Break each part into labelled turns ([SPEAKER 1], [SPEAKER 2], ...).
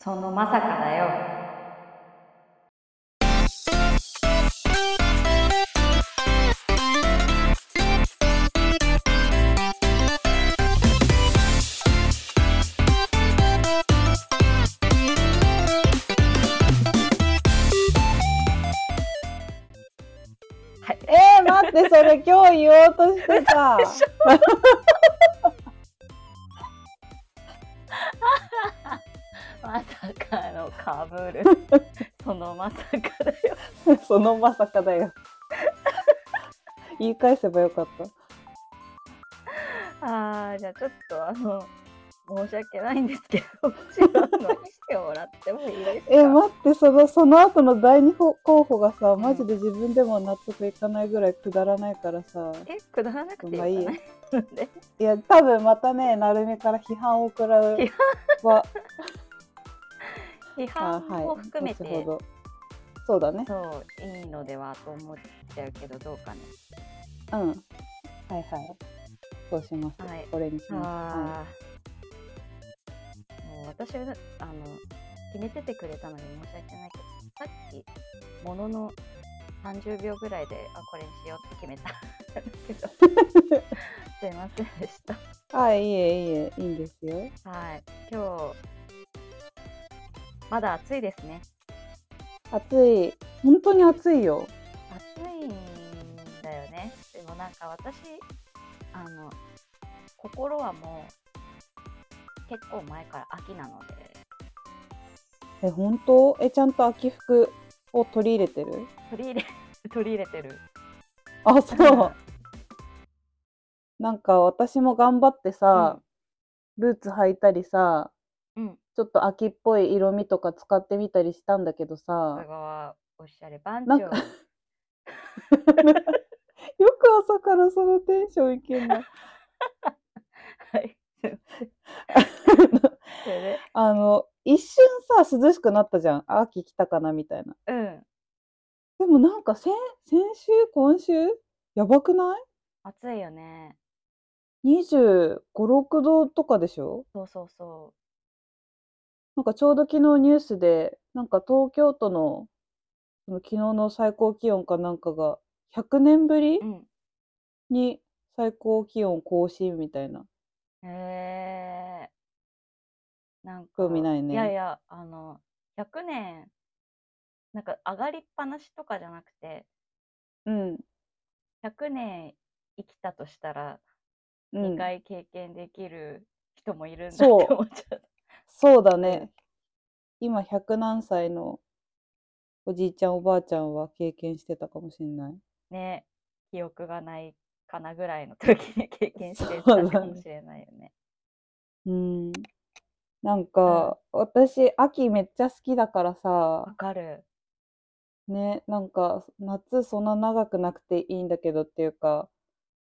[SPEAKER 1] そのまさかだよ。
[SPEAKER 2] えー、待ってそれ今日言おうとしてさ
[SPEAKER 1] まさかのかぶ る。そのまさかだよ。
[SPEAKER 2] そのまさかだよ言い返せばよかった
[SPEAKER 1] ああ、じゃあちょっとあの、申し訳ないんですけど、こちらのにしてもらってもいいですか
[SPEAKER 2] えー、待ってそのその後の第二候補がさマジで自分でも納得いかないぐらいくだらないからさ、
[SPEAKER 1] え、くだらなくていいかな、
[SPEAKER 2] まあい
[SPEAKER 1] で
[SPEAKER 2] いや多分またねなるみから批判を食らう
[SPEAKER 1] 批
[SPEAKER 2] は
[SPEAKER 1] 批
[SPEAKER 2] あ
[SPEAKER 1] 判も含めて、
[SPEAKER 2] 後ほどそうだね
[SPEAKER 1] そう、いいのではと思っちゃうけど、どうかね。
[SPEAKER 2] うんはいはいそうします、
[SPEAKER 1] はい
[SPEAKER 2] これにします、はい
[SPEAKER 1] ああ、もう私はあの決めててくれたのに申し訳ないけどさっきものの30秒ぐらいであこれにしようって決めた けどすいませんでした
[SPEAKER 2] あいいえいいえいいんですよ
[SPEAKER 1] はい今日まだ暑いですね
[SPEAKER 2] 暑い本当に暑いよ
[SPEAKER 1] 暑いんだよねでもなんか私あの心はもう結構前から秋なので
[SPEAKER 2] え本当えちゃんと秋服を取り入れてる
[SPEAKER 1] 取り入れ 取り入れてる
[SPEAKER 2] あそうなんか私も頑張ってさ、ブーツ履いたりさ
[SPEAKER 1] うん
[SPEAKER 2] ちょっと秋っぽい色味とか使ってみたりしたんだけど
[SPEAKER 1] さ
[SPEAKER 2] さ
[SPEAKER 1] すがはおしゃれ番
[SPEAKER 2] なん
[SPEAKER 1] 長
[SPEAKER 2] か よく朝からそのテンションいけんな
[SPEAKER 1] はいそれで
[SPEAKER 2] あの一瞬さ涼しくなったじゃんあ秋来たかなみたいな
[SPEAKER 1] うん
[SPEAKER 2] でもなんか先先週今週やばくない
[SPEAKER 1] 暑いよね
[SPEAKER 2] 25、6度とかでしょ
[SPEAKER 1] そうそうそ
[SPEAKER 2] なんかちょうど昨日ニュースで、なんか東京都の、その昨日の最高気温かなんかが、100年ぶり
[SPEAKER 1] ううん
[SPEAKER 2] に最高気温更新みたいな。
[SPEAKER 1] へえなんか
[SPEAKER 2] 興味ないね
[SPEAKER 1] いやいやあの100年なんか上がりっぱなしとかじゃなくて
[SPEAKER 2] うん、
[SPEAKER 1] 100年生きたとしたら
[SPEAKER 2] う
[SPEAKER 1] 2
[SPEAKER 2] ん。
[SPEAKER 1] 回経験できる人もいるんだって
[SPEAKER 2] そう
[SPEAKER 1] 思っちゃった、
[SPEAKER 2] そうだね。今100何歳のおじいちゃんおばあちゃんは経験してたかもしれない。
[SPEAKER 1] ね記憶がないかなぐらいの時に経験してた
[SPEAKER 2] そうだ
[SPEAKER 1] の
[SPEAKER 2] ね
[SPEAKER 1] かもしれないよね
[SPEAKER 2] うん。なんか、私、秋めっちゃ好きだからさ
[SPEAKER 1] わ、かる
[SPEAKER 2] ね、なんか夏そんな長くなくていいんだけどっていうか、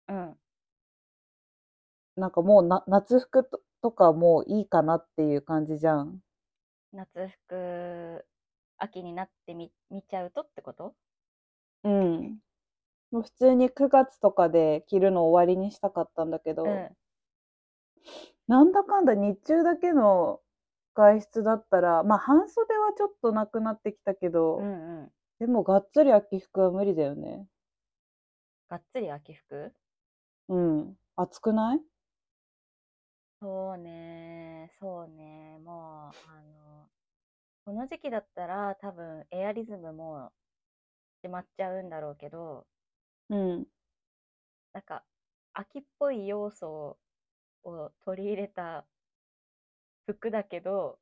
[SPEAKER 1] うん
[SPEAKER 2] なんかもうな夏服と、とかもういいかなっていう感じじゃん。
[SPEAKER 1] 夏服秋になってみ見ちゃうとってこと
[SPEAKER 2] うん。もう普通に9月とかで着るの終わりにしたかったんだけど、
[SPEAKER 1] うん
[SPEAKER 2] なんだかんだ日中だけの外出だったら、まあ半袖はちょっとなくなってきたけど、
[SPEAKER 1] うんうん
[SPEAKER 2] でもがっつり秋服は無理だよね。
[SPEAKER 1] がっつり秋服
[SPEAKER 2] うん。暑くない
[SPEAKER 1] そうねそうねもうあのこの時期だったら多分エアリズムもしまっちゃうんだろうけど
[SPEAKER 2] うん。
[SPEAKER 1] なんか秋っぽい要素を取り入れた服だけど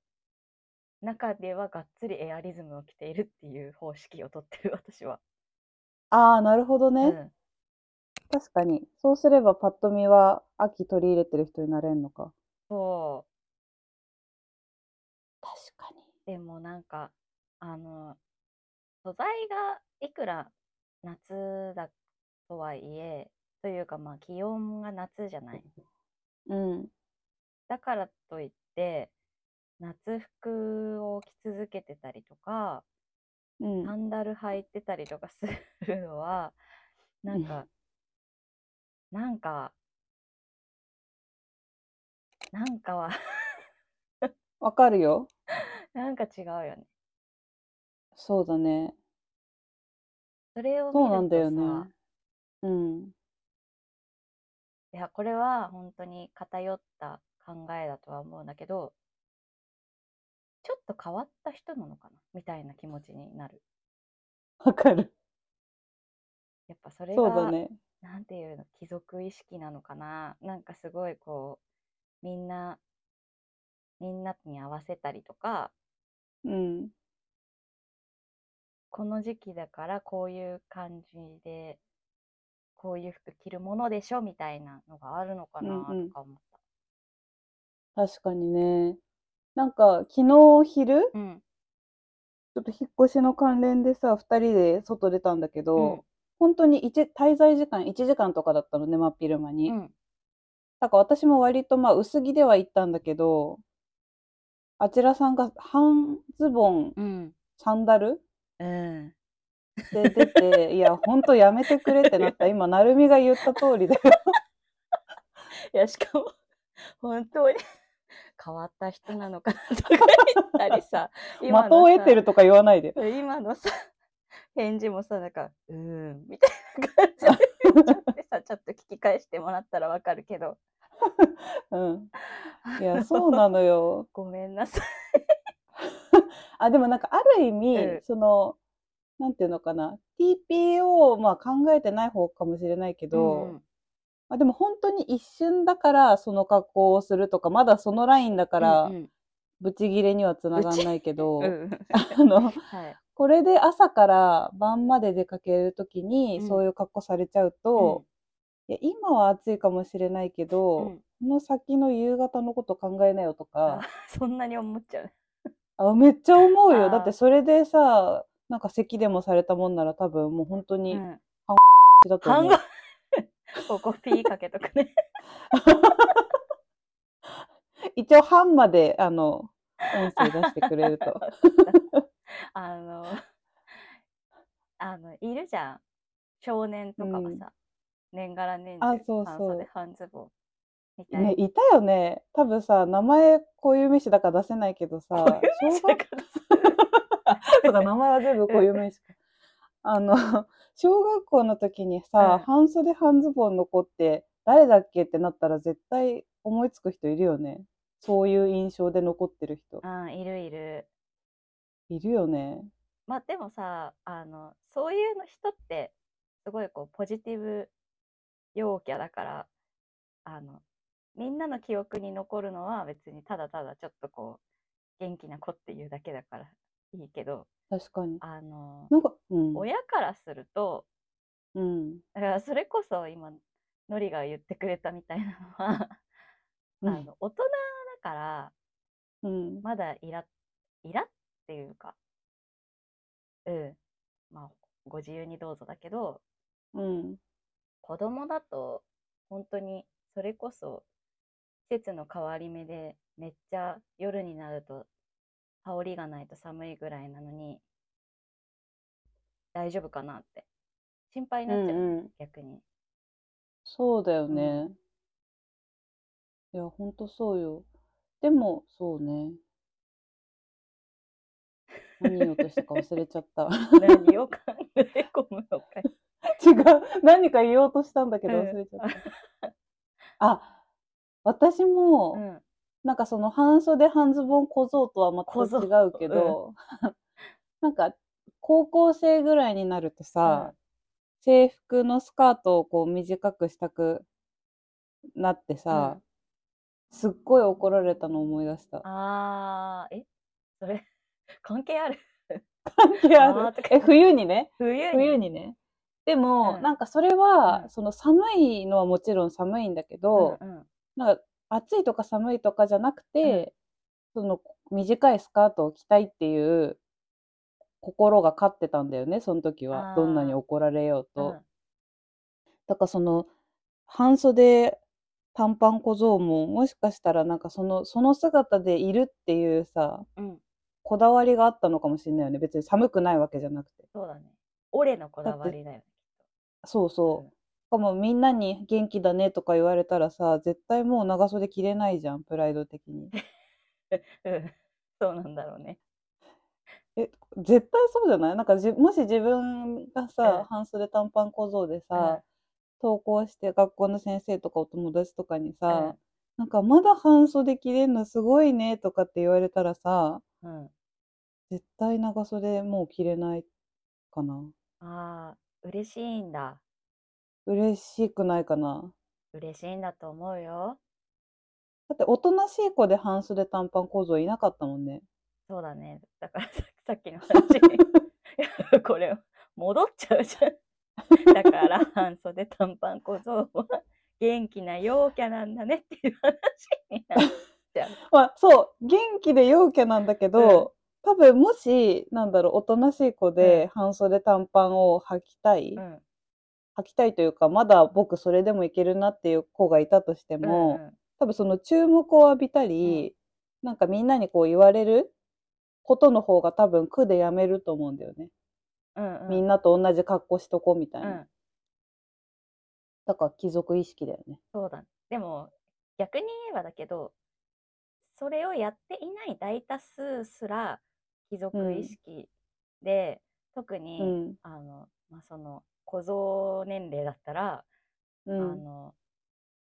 [SPEAKER 1] 中ではがっつりエアリズムを着ているっていう方式をとってる私は。
[SPEAKER 2] ああ、なるほど
[SPEAKER 1] う
[SPEAKER 2] ね。
[SPEAKER 1] ん
[SPEAKER 2] 確かに。そうすればパッと見は秋取り入れてる人になれんのか。
[SPEAKER 1] そう
[SPEAKER 2] 確かに。
[SPEAKER 1] でもなんか、あの、素材がいくら夏だとはいえ、というかまあ気温が夏じゃない。
[SPEAKER 2] うん。
[SPEAKER 1] だからといって、夏服を着続けてたりとか、
[SPEAKER 2] うん
[SPEAKER 1] サンダル履いてたりとかするのは、なんか、なんか、なんかは、
[SPEAKER 2] わかるよ。
[SPEAKER 1] なんか違うよね。
[SPEAKER 2] そうだね。
[SPEAKER 1] それを
[SPEAKER 2] そう
[SPEAKER 1] 見
[SPEAKER 2] な
[SPEAKER 1] る
[SPEAKER 2] ん
[SPEAKER 1] と
[SPEAKER 2] だよね
[SPEAKER 1] さ、。
[SPEAKER 2] うん。
[SPEAKER 1] いや、これは本当に偏った考えだとは思うんだけど、ちょっと変わった人なのかなみたいな気持ちになる。
[SPEAKER 2] わかる。
[SPEAKER 1] やっぱそれ
[SPEAKER 2] そうだ
[SPEAKER 1] が、
[SPEAKER 2] ね。
[SPEAKER 1] なんていうの、貴族意識なのかななんかすごいこう、みんな、みんなに合わせたりとか、
[SPEAKER 2] うん。
[SPEAKER 1] この時期だからこういう感じで、こういう服着るものでしょみたいなのがあるのかな
[SPEAKER 2] うんうん
[SPEAKER 1] とか思っ
[SPEAKER 2] 確かにね。なんか、昨日昼、
[SPEAKER 1] た。うん。
[SPEAKER 2] ちょっと引っ越しの関連でさ、二人で外出たんだけど、
[SPEAKER 1] うん
[SPEAKER 2] 本当に一滞在時間1時間とかだったのね、真っ昼間に。
[SPEAKER 1] うん。
[SPEAKER 2] だから私も割とまあ薄着では行ったんだけど、あちらさんが半ズボン、
[SPEAKER 1] うん。
[SPEAKER 2] サンダル
[SPEAKER 1] うん。
[SPEAKER 2] で 出て、いや、ほんとやめてくれってなった。今、なるみが言った通りだよ。
[SPEAKER 1] いや、しかも、 本当に変わった人なのかなとか言ったり さ、
[SPEAKER 2] 的を得てるとか言わないで。
[SPEAKER 1] 今のさ。今のさ、返事もさ、なんか、うーん、みたいな感じでちょっと さ、ちょっと聞き返してもらったらわかるけど、
[SPEAKER 2] うん。いや、そうなのよ。
[SPEAKER 1] ごめんなさい。
[SPEAKER 2] あ、でもなんかある意味、
[SPEAKER 1] うん
[SPEAKER 2] その、なんていうのかな、TPO をまあ考えてない方かもしれないけど、
[SPEAKER 1] うん
[SPEAKER 2] まあ、でも本当に一瞬だからその格好をするとか、まだそのラインだから
[SPEAKER 1] う、ん
[SPEAKER 2] ブチギレにはつながんないけど、
[SPEAKER 1] うんうん
[SPEAKER 2] あの、
[SPEAKER 1] はい。
[SPEAKER 2] これで朝から晩まで出かけるとき
[SPEAKER 1] う
[SPEAKER 2] に
[SPEAKER 1] ん
[SPEAKER 2] そういう格好されちゃうと、いや今は暑いかもしれないけど、
[SPEAKER 1] うんうん
[SPEAKER 2] この先の夕方のこと考えなよと
[SPEAKER 1] あ
[SPEAKER 2] か、
[SPEAKER 1] そんなに思っちゃう。
[SPEAKER 2] あめっちゃ思う
[SPEAKER 1] あ
[SPEAKER 2] よ。
[SPEAKER 1] ー
[SPEAKER 2] だってそれでさ、なんか咳でもされたもんなら多分もう本当に、
[SPEAKER 1] うん
[SPEAKER 2] だと
[SPEAKER 1] 半
[SPEAKER 2] 思う
[SPEAKER 1] 分。 ここピーかけとくね。
[SPEAKER 2] 一応半まで、あの、音声出してくれ ると。
[SPEAKER 1] あの、 あの、いるじゃん。少年とかはさ、年がら年
[SPEAKER 2] あ
[SPEAKER 1] 中
[SPEAKER 2] そう
[SPEAKER 1] 半
[SPEAKER 2] そう
[SPEAKER 1] 袖半ズボンみたいな
[SPEAKER 2] ね、。いたよね。多分さ、名前、こういう名詞だから出せないけどさ、小 学 とか名前は全部こういう名詞か。あの、小学校の時にさ、
[SPEAKER 1] うん
[SPEAKER 2] 半袖半ズボンの子って誰だっけってなったら絶対思いつく人いるよね。そういう印象で残ってる 人。
[SPEAKER 1] うん、いるいる。
[SPEAKER 2] いるよね。
[SPEAKER 1] まあでもさ、あの、そういうの人って、すごいこう、ポジティブ陽キャだから、あの、みんなの記憶に残るのは別にただただちょっとこう、元気な子っていうだけだからいいけど、
[SPEAKER 2] 確かに。
[SPEAKER 1] あの、
[SPEAKER 2] なんか、うん。
[SPEAKER 1] 親からすると、
[SPEAKER 2] うん。
[SPEAKER 1] だからそれこそ今のりが言ってくれたみたいなのはあ
[SPEAKER 2] うん
[SPEAKER 1] の大人だから
[SPEAKER 2] うん。
[SPEAKER 1] まだイライラっていうかうんまあご自由にどうぞだけど
[SPEAKER 2] うん。
[SPEAKER 1] 子供だと本当にそれこそ季節の変わり目でめっちゃ夜になると羽織がないと寒いぐらいなのに大丈夫かなって心配になっちゃう、
[SPEAKER 2] うんうん
[SPEAKER 1] 逆に。
[SPEAKER 2] そうだよね。
[SPEAKER 1] うん
[SPEAKER 2] いや、ほんとそうよ。でも、そうね。何言おうとしたか忘れちゃった。
[SPEAKER 1] 何を考え込むのかい。
[SPEAKER 2] 違う。何か言おうとしたんだけど
[SPEAKER 1] うん
[SPEAKER 2] 忘れちゃった。あ、私も、
[SPEAKER 1] うん、
[SPEAKER 2] なんかその半袖半ズボン小僧とはまた
[SPEAKER 1] 小僧
[SPEAKER 2] 違うけど、 なんか高校生ぐらいになるとさ、制服のスカートをこう短くしたくなってさ、すっごい怒られたのを思い出した。
[SPEAKER 1] あー、えそれ、関係ある
[SPEAKER 2] 関係ある
[SPEAKER 1] あーとか
[SPEAKER 2] え、冬にね。
[SPEAKER 1] 冬に
[SPEAKER 2] 冬にね。でも、
[SPEAKER 1] うん
[SPEAKER 2] なんかそれは、
[SPEAKER 1] うん
[SPEAKER 2] その寒いのはもちろん寒いんだけど、
[SPEAKER 1] うんうん
[SPEAKER 2] なんか暑いとか寒いとかじゃなくて、その短いスカートを着たいっていう心が勝ってたんだよね、その時
[SPEAKER 1] あ
[SPEAKER 2] は。
[SPEAKER 1] ー
[SPEAKER 2] どんなに怒られようと。
[SPEAKER 1] うん
[SPEAKER 2] だからその半袖短パン小僧ももしかしたらなんかそのその姿でいるっていうさ、
[SPEAKER 1] うん、
[SPEAKER 2] こだわりがあったのかもしれないよね。別に寒くないわけじゃなくて。
[SPEAKER 1] そうだね。俺のこだわりだよね。
[SPEAKER 2] そうそう。しかもみんなに元気だねとか言われたらさ、絶対もう長袖着れないじゃん、プライド的に。
[SPEAKER 1] うん。そうなんだろうね。
[SPEAKER 2] え絶対そうじゃないなんかじもし自分が
[SPEAKER 1] うん
[SPEAKER 2] さ、半袖短パン小僧でさ、登校して学校の先生とかお友達とかにさ、なんかまだ半袖着れんのすごいねとかって言われたらさ
[SPEAKER 1] うん。うん。
[SPEAKER 2] 絶対長袖もう着れないかな
[SPEAKER 1] ああ、嬉しいんだ。
[SPEAKER 2] 嬉しくないかな
[SPEAKER 1] 嬉しいんだと思うよ。
[SPEAKER 2] だっておとなしい子で半袖短パン小僧いなかったもんね
[SPEAKER 1] そうだね。だからさ さっきの 話にいや、これ、戻っちゃうじゃ ん。だから、半袖短パン小僧は元気な陽キャなんだねっていう話になる。
[SPEAKER 2] まあそう元気で陽キャなんだけど、多分もしなんだろうおとなしい子で半袖短パンを履きたい、
[SPEAKER 1] うん。
[SPEAKER 2] 履きたいというかまだ僕それでもいけるなっていう子がいたとしても、
[SPEAKER 1] うんうん
[SPEAKER 2] 多分その注目を浴びたり、なんかみんなにこう言われることの方が多分苦でやめると思うんだよね、
[SPEAKER 1] うんうん、
[SPEAKER 2] みんなと同じ格好しとこうみたいな、
[SPEAKER 1] うん、
[SPEAKER 2] だから貴族意識だよね
[SPEAKER 1] そうだ。でも、逆に言えばだけど、それをやっていない大多数すら、貴
[SPEAKER 2] う
[SPEAKER 1] 族
[SPEAKER 2] ん
[SPEAKER 1] 意識で、特に、
[SPEAKER 2] うん
[SPEAKER 1] あの、まあ、その、小僧年齢だったら、
[SPEAKER 2] う
[SPEAKER 1] あ
[SPEAKER 2] ん
[SPEAKER 1] の、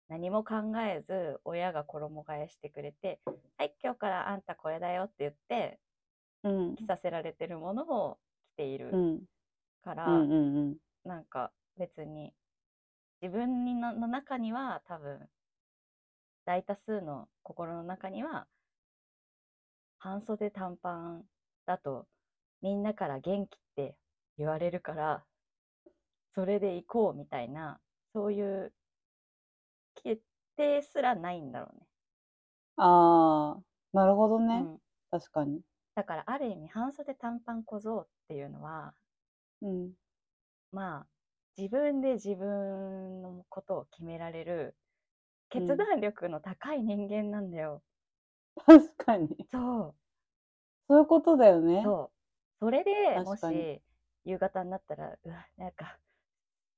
[SPEAKER 1] 何も考えず、親が衣替えしてくれて、はい、今日からあんたこれだよって言って、
[SPEAKER 2] うん
[SPEAKER 1] 着させられてるものを着ている
[SPEAKER 2] うん
[SPEAKER 1] から、
[SPEAKER 2] うんうんうん
[SPEAKER 1] なんか別に自分にのの中には多分大多数の心の中には半袖短パンだとみんなから元気って言われるからそれで行こうみたいなそういう決定すらないんだろうね。
[SPEAKER 2] ああなるほど
[SPEAKER 1] う
[SPEAKER 2] ね、
[SPEAKER 1] ん、
[SPEAKER 2] 確かに、
[SPEAKER 1] だからある意味半袖短パン小僧っていうのは
[SPEAKER 2] うん、
[SPEAKER 1] まあ、自分で自分のことを決められる
[SPEAKER 2] うん
[SPEAKER 1] 決断力の高い人間なんだよ。
[SPEAKER 2] 確かに
[SPEAKER 1] そ
[SPEAKER 2] そういうことだよ
[SPEAKER 1] う、
[SPEAKER 2] ね
[SPEAKER 1] そう。それでも
[SPEAKER 2] 確かに
[SPEAKER 1] し夕方になったら、うわ、なんか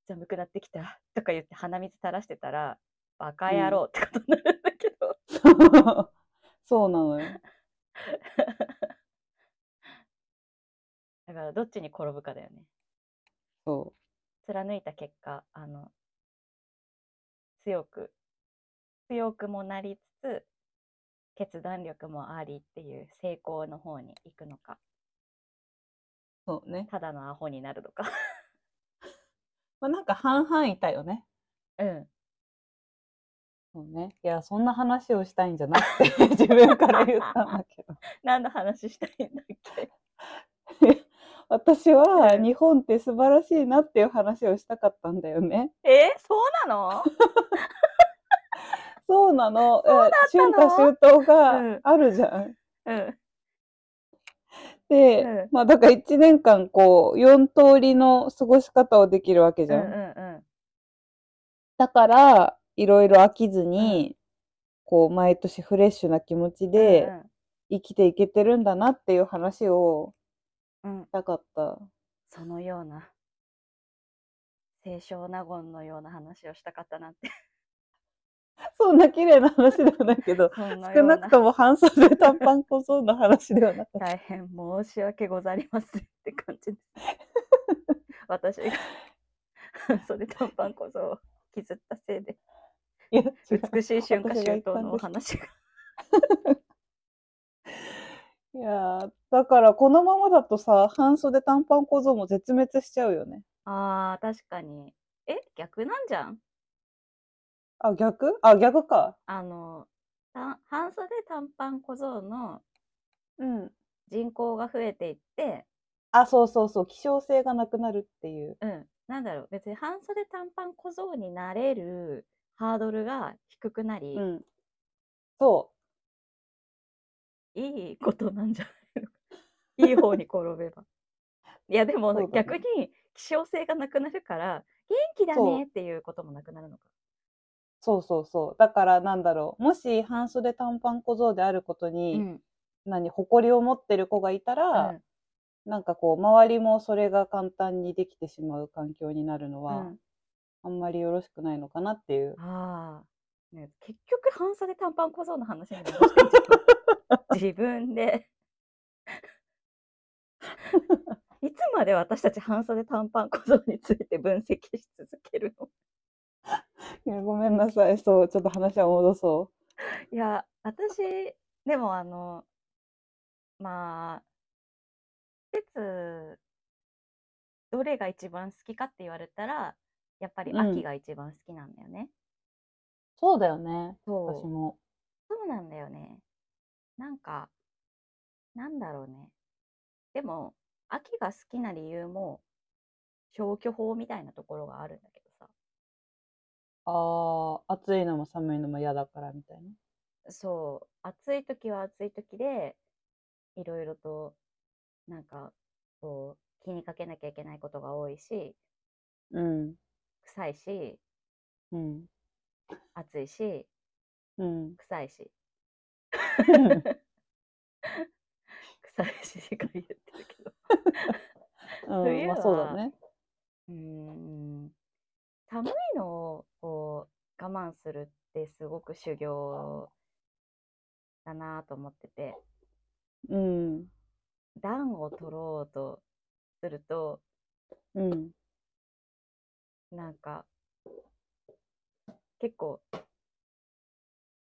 [SPEAKER 1] 寒くなってきたとか言って鼻水垂らしてたら、バカ野郎ってことになるんだけど、
[SPEAKER 2] そうなのよ
[SPEAKER 1] だからどっちに転ぶかだよね。
[SPEAKER 2] そ
[SPEAKER 1] 貫いた結果、あの、強く、強くもなりつつ、決断力もありっていう成功の方に行くのか、
[SPEAKER 2] うそうね、
[SPEAKER 1] ただのアホになるのか。
[SPEAKER 2] まあ、なんか半々いたよね
[SPEAKER 1] うん。
[SPEAKER 2] そうね。いや、そんな話をしたいんじゃなくて、 自分から言ったんだけど。
[SPEAKER 1] 何の話したいんだっけ
[SPEAKER 2] 私は
[SPEAKER 1] うん
[SPEAKER 2] 日本って素晴らしいなっていう話をしたかったんだよね。
[SPEAKER 1] えそうなの
[SPEAKER 2] そうなの。え
[SPEAKER 1] たの
[SPEAKER 2] 春夏秋冬
[SPEAKER 1] うん
[SPEAKER 2] があるじゃん。
[SPEAKER 1] うん。
[SPEAKER 2] で、
[SPEAKER 1] うん
[SPEAKER 2] まあだから1年間こう、4通りの過ごし方をできるわけじ
[SPEAKER 1] うん
[SPEAKER 2] ゃ。
[SPEAKER 1] うんん
[SPEAKER 2] だから、いろいろ飽きずに、こう、毎年フレッシュな気持ち
[SPEAKER 1] うん。
[SPEAKER 2] で
[SPEAKER 1] うん
[SPEAKER 2] 生きていけてるんだなっていう話を
[SPEAKER 1] うん、うん。
[SPEAKER 2] したかった。
[SPEAKER 1] そのような、清少納言のような話をしたかったなんて。
[SPEAKER 2] そんな綺麗な話ではないけど、
[SPEAKER 1] そんな
[SPEAKER 2] 少
[SPEAKER 1] よう
[SPEAKER 2] な
[SPEAKER 1] な
[SPEAKER 2] くとも半袖短パン小僧の話ではなかった。
[SPEAKER 1] 大変申し訳ござりませんって感じです。私が 袖短パン小僧を削ったせいで
[SPEAKER 2] いや、違う。
[SPEAKER 1] 美しい春夏秋冬のお
[SPEAKER 2] 私が
[SPEAKER 1] 話が。
[SPEAKER 2] いやーだからこのままだとさ、半袖短パン小僧も絶滅しちゃうよね。
[SPEAKER 1] ああ、確かに。え逆なんじゃん
[SPEAKER 2] あ、逆あ、逆か。
[SPEAKER 1] あの、た半袖短パン小僧の
[SPEAKER 2] うん。
[SPEAKER 1] 人口が増えていって、
[SPEAKER 2] あ、そうそうそう。希少性がなくなるっていう。
[SPEAKER 1] うん、なんだろう、別に半袖短パン小僧になれるハードルが低くなり、
[SPEAKER 2] うん。そ
[SPEAKER 1] いいことなんじゃないのいい方に転べば。いやでも
[SPEAKER 2] そうだね
[SPEAKER 1] 逆に希少性がなくなるから元気だ
[SPEAKER 2] そう
[SPEAKER 1] ねっていうこともなくなるのか。
[SPEAKER 2] う。そうそうそう。だからなんだろう。もし半袖短パン小僧であることに、
[SPEAKER 1] うん
[SPEAKER 2] 何、誇りを持ってる子がいたら、
[SPEAKER 1] うん
[SPEAKER 2] なんかこう、周りもそれが簡単にできてしまう環境になるのは、
[SPEAKER 1] うん
[SPEAKER 2] あんまりよろしくないのかなっていう。
[SPEAKER 1] ああ、ね、結局半袖短パン小僧の話に戻してんじゃん自分でいつまで私たち半袖短パン小僧について分析し続けるの
[SPEAKER 2] いやごめんなさい。そう、ちょっと話は戻そ
[SPEAKER 1] いや、私、でもあの、まあ、季節、どれが一番好きかって言われたら、やっぱり
[SPEAKER 2] うん
[SPEAKER 1] 秋が一番好きなんだよね。
[SPEAKER 2] う。そうだよね。
[SPEAKER 1] そう
[SPEAKER 2] 私も。
[SPEAKER 1] そうなんだよね。なんか、なんだろうね。でも、秋が好きな理由も消去法みたいなところがあるんだけどさ。
[SPEAKER 2] ああ、暑いのも寒いのも嫌だからみたいな。
[SPEAKER 1] そう、暑い時は暑い時で、いろいろと、なんか、こう、気にかけなきゃいけないことが多いし、
[SPEAKER 2] うん。
[SPEAKER 1] 臭いし、
[SPEAKER 2] うん。
[SPEAKER 1] 暑いし、
[SPEAKER 2] うん。
[SPEAKER 1] 臭いし、 臭いし、しか言ってるけど。
[SPEAKER 2] うん、まあそうだね。
[SPEAKER 1] うーん、寒いのをこう我慢するってすごく修行だなと思ってて、
[SPEAKER 2] うん。
[SPEAKER 1] 暖を取ろうとすると、
[SPEAKER 2] うん。
[SPEAKER 1] なんか、結構、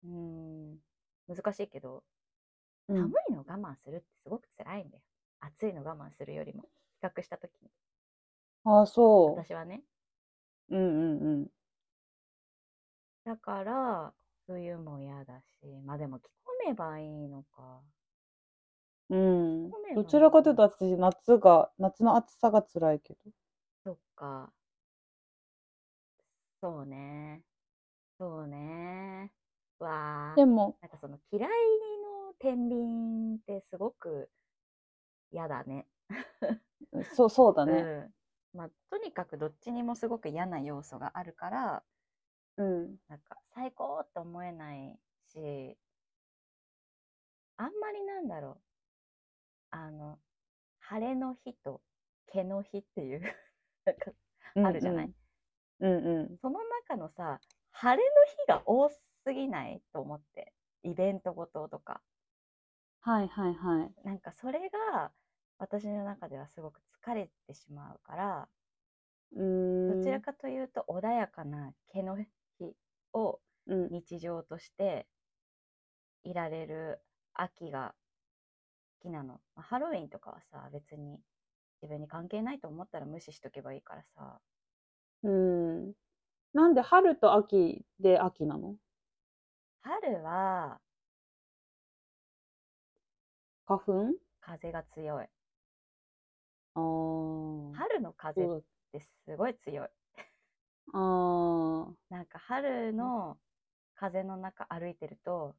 [SPEAKER 1] うーん、難しいけど、
[SPEAKER 2] う
[SPEAKER 1] 寒
[SPEAKER 2] ん。
[SPEAKER 1] いのを我慢するってすごく辛いんだよ。暑いの我慢するよりも、比較したときに、
[SPEAKER 2] ああ、そ
[SPEAKER 1] 私はね。
[SPEAKER 2] う。うんうんうん。
[SPEAKER 1] だから、冬も嫌だし、まあでも着込めばいいのか。
[SPEAKER 2] うん
[SPEAKER 1] そうな、の
[SPEAKER 2] どちらかというと私夏が夏の暑さが辛いけど
[SPEAKER 1] そっか。そうね。そうね。わあ。
[SPEAKER 2] でも
[SPEAKER 1] なんかその嫌いの天秤ってすごく嫌だね。
[SPEAKER 2] そうそうだね
[SPEAKER 1] うん。まあ、とにかくどっちにもすごく嫌な要素があるから、
[SPEAKER 2] うん
[SPEAKER 1] なんか最高って思えないし、あんまりなんだろう。あの、晴れの日と毛の日っていう、なんかあるじゃない
[SPEAKER 2] うんうん
[SPEAKER 1] その中のさ、晴れの日が多すぎないと思って、イベントごととか。
[SPEAKER 2] はいはいはい
[SPEAKER 1] なんかそれが私の中ではすごく疲れてしまうから、
[SPEAKER 2] うーん
[SPEAKER 1] どちらかというと穏やかな毛の日を
[SPEAKER 2] うん
[SPEAKER 1] 日常としていられる秋が好きなの。まあハロウィンとかはさ、別に自分に関係ないと思ったら無視しとけばいいからさ。
[SPEAKER 2] うんなんで春と秋で秋なの
[SPEAKER 1] 春は
[SPEAKER 2] 花粉
[SPEAKER 1] 風が強い。
[SPEAKER 2] あー
[SPEAKER 1] 春の風っ
[SPEAKER 2] そう
[SPEAKER 1] てすごい強い。
[SPEAKER 2] だあ
[SPEAKER 1] なんか春の風の中歩いてると、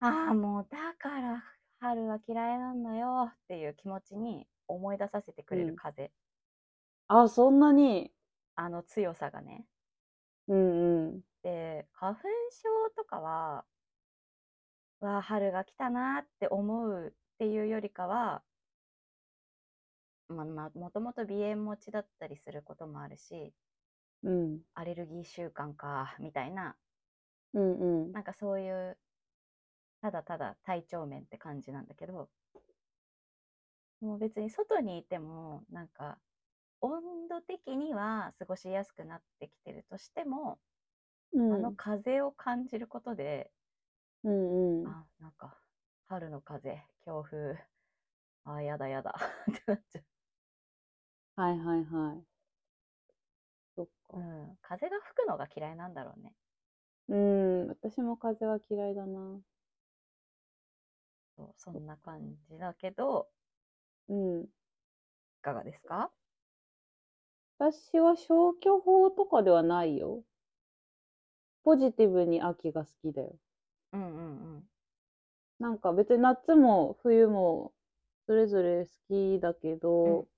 [SPEAKER 1] ああ、もうだから春は嫌いなんだよっていう気持ちに思い出させてくれ
[SPEAKER 2] う
[SPEAKER 1] る
[SPEAKER 2] ん
[SPEAKER 1] 風、
[SPEAKER 2] ーあそんなに
[SPEAKER 1] あの強さがね。
[SPEAKER 2] うんうん
[SPEAKER 1] で、花粉症とかは、わあ、春が来たなーって思うっていうよりかは、まあまあ、もともと鼻炎持ちだったりすることもあるし、
[SPEAKER 2] うん
[SPEAKER 1] アレルギー習慣か、みたいな
[SPEAKER 2] うんうん
[SPEAKER 1] なんかそういう、ただただ体調面って感じなんだけど、もう別に外にいても、なんか、温度的には過ごしやすくなってきてるとしても、
[SPEAKER 2] うん
[SPEAKER 1] あの風を感じることで、
[SPEAKER 2] うんうん
[SPEAKER 1] あ、なんか、春の風、強風、あ、やだやだ ってなっちゃ
[SPEAKER 2] はいはいはいそっ
[SPEAKER 1] う。う
[SPEAKER 2] か
[SPEAKER 1] ん。風が吹くのが嫌いなんだろうね。
[SPEAKER 2] うん私も風は嫌いだな
[SPEAKER 1] そうそんな感じだけど、
[SPEAKER 2] うん
[SPEAKER 1] いかがですか
[SPEAKER 2] 私は消去法とかではないよ。ポジティブに秋が好きだよ。
[SPEAKER 1] うんうんうん。
[SPEAKER 2] なんか別に夏も冬もそれぞれ好きだけど、
[SPEAKER 1] うん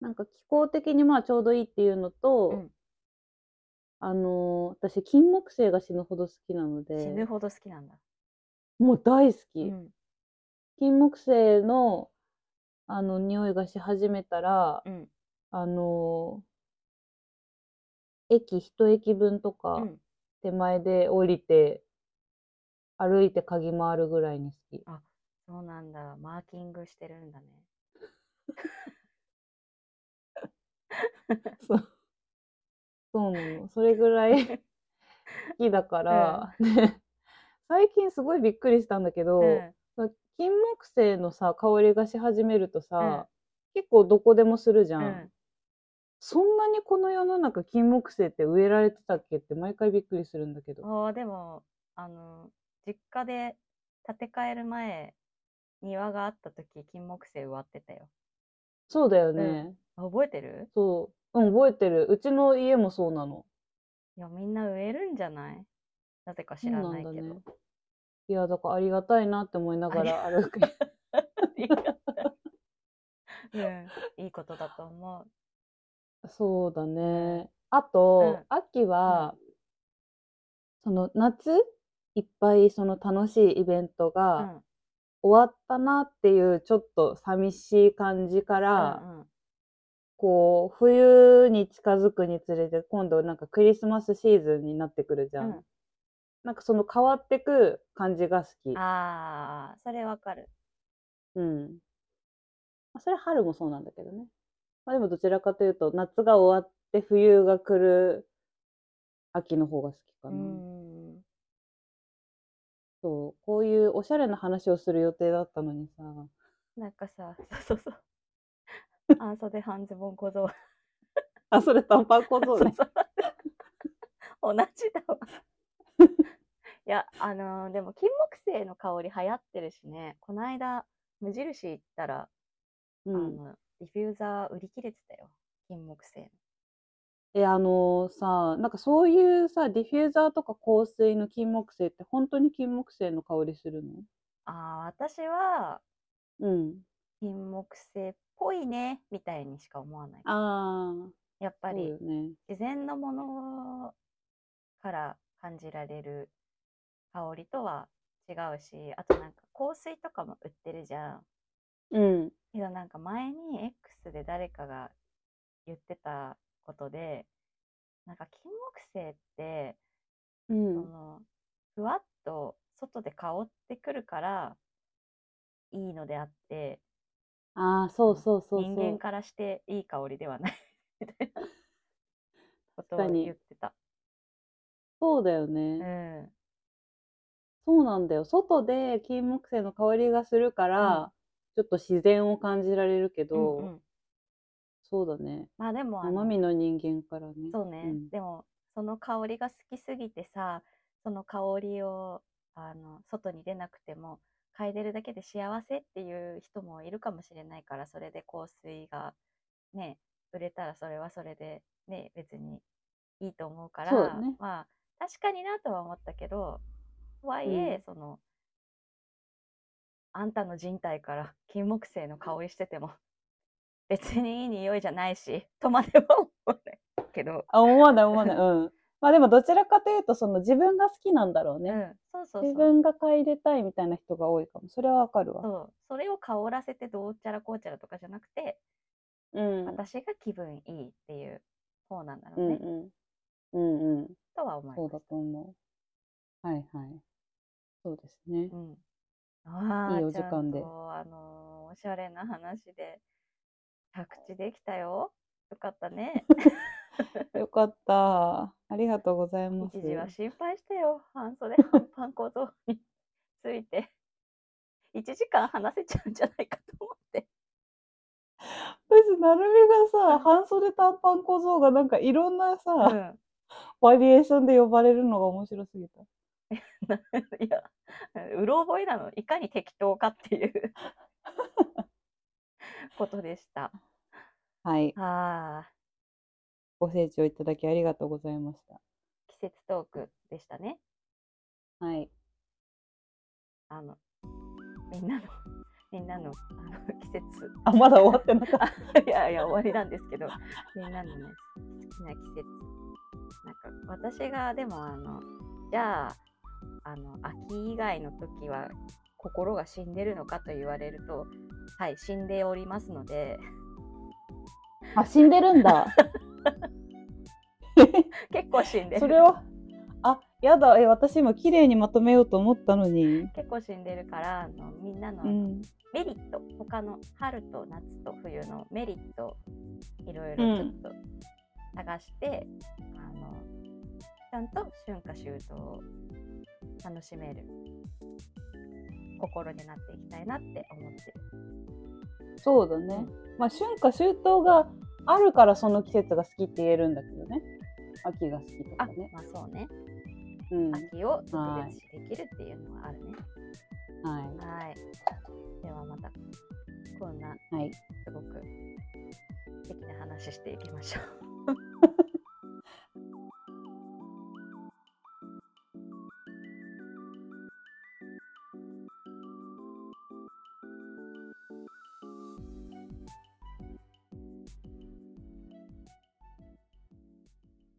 [SPEAKER 2] なんか気候的にまあちょうどいいっていうのと、
[SPEAKER 1] うん
[SPEAKER 2] あのー私金木犀が死ぬほど好きなの
[SPEAKER 1] 死ぬ
[SPEAKER 2] で、
[SPEAKER 1] ほど好きなんだ。
[SPEAKER 2] もう大好
[SPEAKER 1] う
[SPEAKER 2] き。
[SPEAKER 1] ん。
[SPEAKER 2] 金木犀のあの匂いがし始めたら、
[SPEAKER 1] うん。
[SPEAKER 2] あのー駅一駅分とか、
[SPEAKER 1] うん。
[SPEAKER 2] 手前で降りて、歩いて嗅ぎ回るぐらいに好き。
[SPEAKER 1] そうなんだ。マーキングしてるんだね。
[SPEAKER 2] そう。そうなの。それぐら い好きだから、ね最近すごいびっくりしたんだけど、
[SPEAKER 1] うん
[SPEAKER 2] その金木犀のさ、香りがし始めると
[SPEAKER 1] う
[SPEAKER 2] さ、
[SPEAKER 1] ん
[SPEAKER 2] 結構どこでもするじゃん。
[SPEAKER 1] うん
[SPEAKER 2] そんなにこの世の中金木犀って植えられてたっけって毎回びっくりするんだけど。
[SPEAKER 1] あーでもあの実家で建て替える前庭があった時金木犀植わってたよ
[SPEAKER 2] そうだよね。
[SPEAKER 1] うんあ覚えてる
[SPEAKER 2] そう。うん、覚えてる。うちの家もそうなの。
[SPEAKER 1] いやみんな植えるんじゃないなぜか知らない
[SPEAKER 2] そう
[SPEAKER 1] け
[SPEAKER 2] んだ
[SPEAKER 1] ど、
[SPEAKER 2] ね。いや、だからありがたいなって思いながら歩く。
[SPEAKER 1] うん、いいことだと思う
[SPEAKER 2] そうだね。あと、秋は、その夏いっぱいその楽しいイベント
[SPEAKER 1] うん
[SPEAKER 2] が終わったなっていうちょっと寂しい感じから、
[SPEAKER 1] うん
[SPEAKER 2] こう冬に近づくにつれて今度なんかクリスマスシーズンになってくるじゃん。
[SPEAKER 1] うん
[SPEAKER 2] なんかその変わってく感じが好
[SPEAKER 1] う
[SPEAKER 2] き
[SPEAKER 1] ん、。ああそれわかる
[SPEAKER 2] うん。まあそれ春もそうなんだけどね。まあでもどちらかというと、夏が終わって冬が来る秋の方が好きか
[SPEAKER 1] う
[SPEAKER 2] な。
[SPEAKER 1] ん
[SPEAKER 2] そう、こういうおしゃれな話をする予定だったのにさ、
[SPEAKER 1] なんかさそうそうそう半袖半ズボン小僧
[SPEAKER 2] あ、 それ短パン小僧ね。
[SPEAKER 1] そうそう同じだわいやあのーでも金木犀の香り流行ってるしねこないだ無印行ったら、
[SPEAKER 2] う
[SPEAKER 1] あ
[SPEAKER 2] ん。
[SPEAKER 1] のディフューザー売り切れてたよ金木犀の
[SPEAKER 2] え、あのさ、なんかそういうさ、ディフューザーとか香水の金木犀って本当に金木犀の香りするの
[SPEAKER 1] ああ私は
[SPEAKER 2] うん。
[SPEAKER 1] 金木犀っぽいねみたいにしか思わない
[SPEAKER 2] ああ、
[SPEAKER 1] やっぱ
[SPEAKER 2] そう
[SPEAKER 1] り
[SPEAKER 2] よね。
[SPEAKER 1] 自然のものから感じられる香りとは違うしあとなんか香水とかも売ってるじゃん
[SPEAKER 2] うん。
[SPEAKER 1] けどなんか前に X で誰かが言ってたことでなんか金木犀って、
[SPEAKER 2] う
[SPEAKER 1] そ
[SPEAKER 2] ん。
[SPEAKER 1] のふわっと外で香ってくるからいいのであって
[SPEAKER 2] ああ、そうそうそうそう。
[SPEAKER 1] 人間からしていい香りではないみたいなこと
[SPEAKER 2] 確
[SPEAKER 1] を
[SPEAKER 2] かに
[SPEAKER 1] 言ってた。
[SPEAKER 2] そうだよね。
[SPEAKER 1] うん
[SPEAKER 2] そうなんだよ。外で金木犀の香りがするから、ちょっと自然を感じられるけど、
[SPEAKER 1] うんうん
[SPEAKER 2] そうだね。
[SPEAKER 1] まあでもあの
[SPEAKER 2] 生身の人間からね。
[SPEAKER 1] そうね、
[SPEAKER 2] ん
[SPEAKER 1] でもその香りが好きすぎてさその香りをあの外に出なくても嗅いでるだけで幸せっていう人もいるかもしれないからそれで香水がね売れたらそれはそれでね別にいいと思うから
[SPEAKER 2] そうだね
[SPEAKER 1] まあ確かになとは思ったけどとはいえ、そのあんたの人体から金木犀の香りしてても 別にいい匂いじゃないしとまでは思わないけど、
[SPEAKER 2] あ、思わない思わない。うん。まあでもどちらかというと、その自分が好きなんだろう
[SPEAKER 1] う
[SPEAKER 2] ね。
[SPEAKER 1] ん、そうそう
[SPEAKER 2] 自
[SPEAKER 1] そう
[SPEAKER 2] 分が嗅いでたいみたいな人が多いかも。それはわかるわ。
[SPEAKER 1] そうそれを香らせてどうちゃらこうちゃらとかじゃなくて、
[SPEAKER 2] うん。
[SPEAKER 1] 私が気分いいっていう方なんだろ
[SPEAKER 2] う
[SPEAKER 1] うんね、
[SPEAKER 2] うん。うんうん。
[SPEAKER 1] とは思い
[SPEAKER 2] そ
[SPEAKER 1] ま
[SPEAKER 2] う
[SPEAKER 1] す
[SPEAKER 2] だと思う。はいはい。そうですね。
[SPEAKER 1] うん、あー
[SPEAKER 2] いいお時間で
[SPEAKER 1] ちゃんとあのーおしゃれな話で着地できたよよかったね
[SPEAKER 2] よかった。ありがとうございます。
[SPEAKER 1] 一時は心配したよ半袖半パン小僧について1時間話せちゃうんじゃないかと思って
[SPEAKER 2] 私、なるみがさ、半袖短パン小僧がなんかいろんなさ、バリエーションで呼ばれるのが面白すぎた。
[SPEAKER 1] いや、うろ覚えなの。いかに適当かっていうことでした。
[SPEAKER 2] はい。
[SPEAKER 1] ああ、
[SPEAKER 2] ご清聴いただきありがとうございました。
[SPEAKER 1] 季節トークでしたね。
[SPEAKER 2] はい。
[SPEAKER 1] あの、みんなの、 みんなのあの 季節。
[SPEAKER 2] あ、まだ終わってなかっ た。
[SPEAKER 1] いやいや、終わりなんです けど、みんなのね、好きな季節。なんか、私がでも、あの、じゃあ、あの、秋以外の時は、心が死んでるのかと言われると、はい、死んでおりますので、
[SPEAKER 2] あ、死んでるんだ。
[SPEAKER 1] 結構死んでる。
[SPEAKER 2] それは、あ、やだ、え、私今綺麗にまとめようと思ったのに。
[SPEAKER 1] 結構死んでるからあのみんなのあ
[SPEAKER 2] う
[SPEAKER 1] の
[SPEAKER 2] ん。
[SPEAKER 1] メリット、他の春と夏と冬のメリットいろいろちょっと探して、あのちゃんと春夏秋冬を楽しめる心になっていきたいなって思ってる
[SPEAKER 2] そうだね。まあ、春夏秋冬があるからその季節が好きって言えるんだけどね。秋が好きとか
[SPEAKER 1] あ、
[SPEAKER 2] ね。
[SPEAKER 1] まあそうね
[SPEAKER 2] うん。はい。
[SPEAKER 1] 秋を特別視できるっていうのはあるねはいではまたこんな
[SPEAKER 2] はい。
[SPEAKER 1] すごく素敵な話していきましょう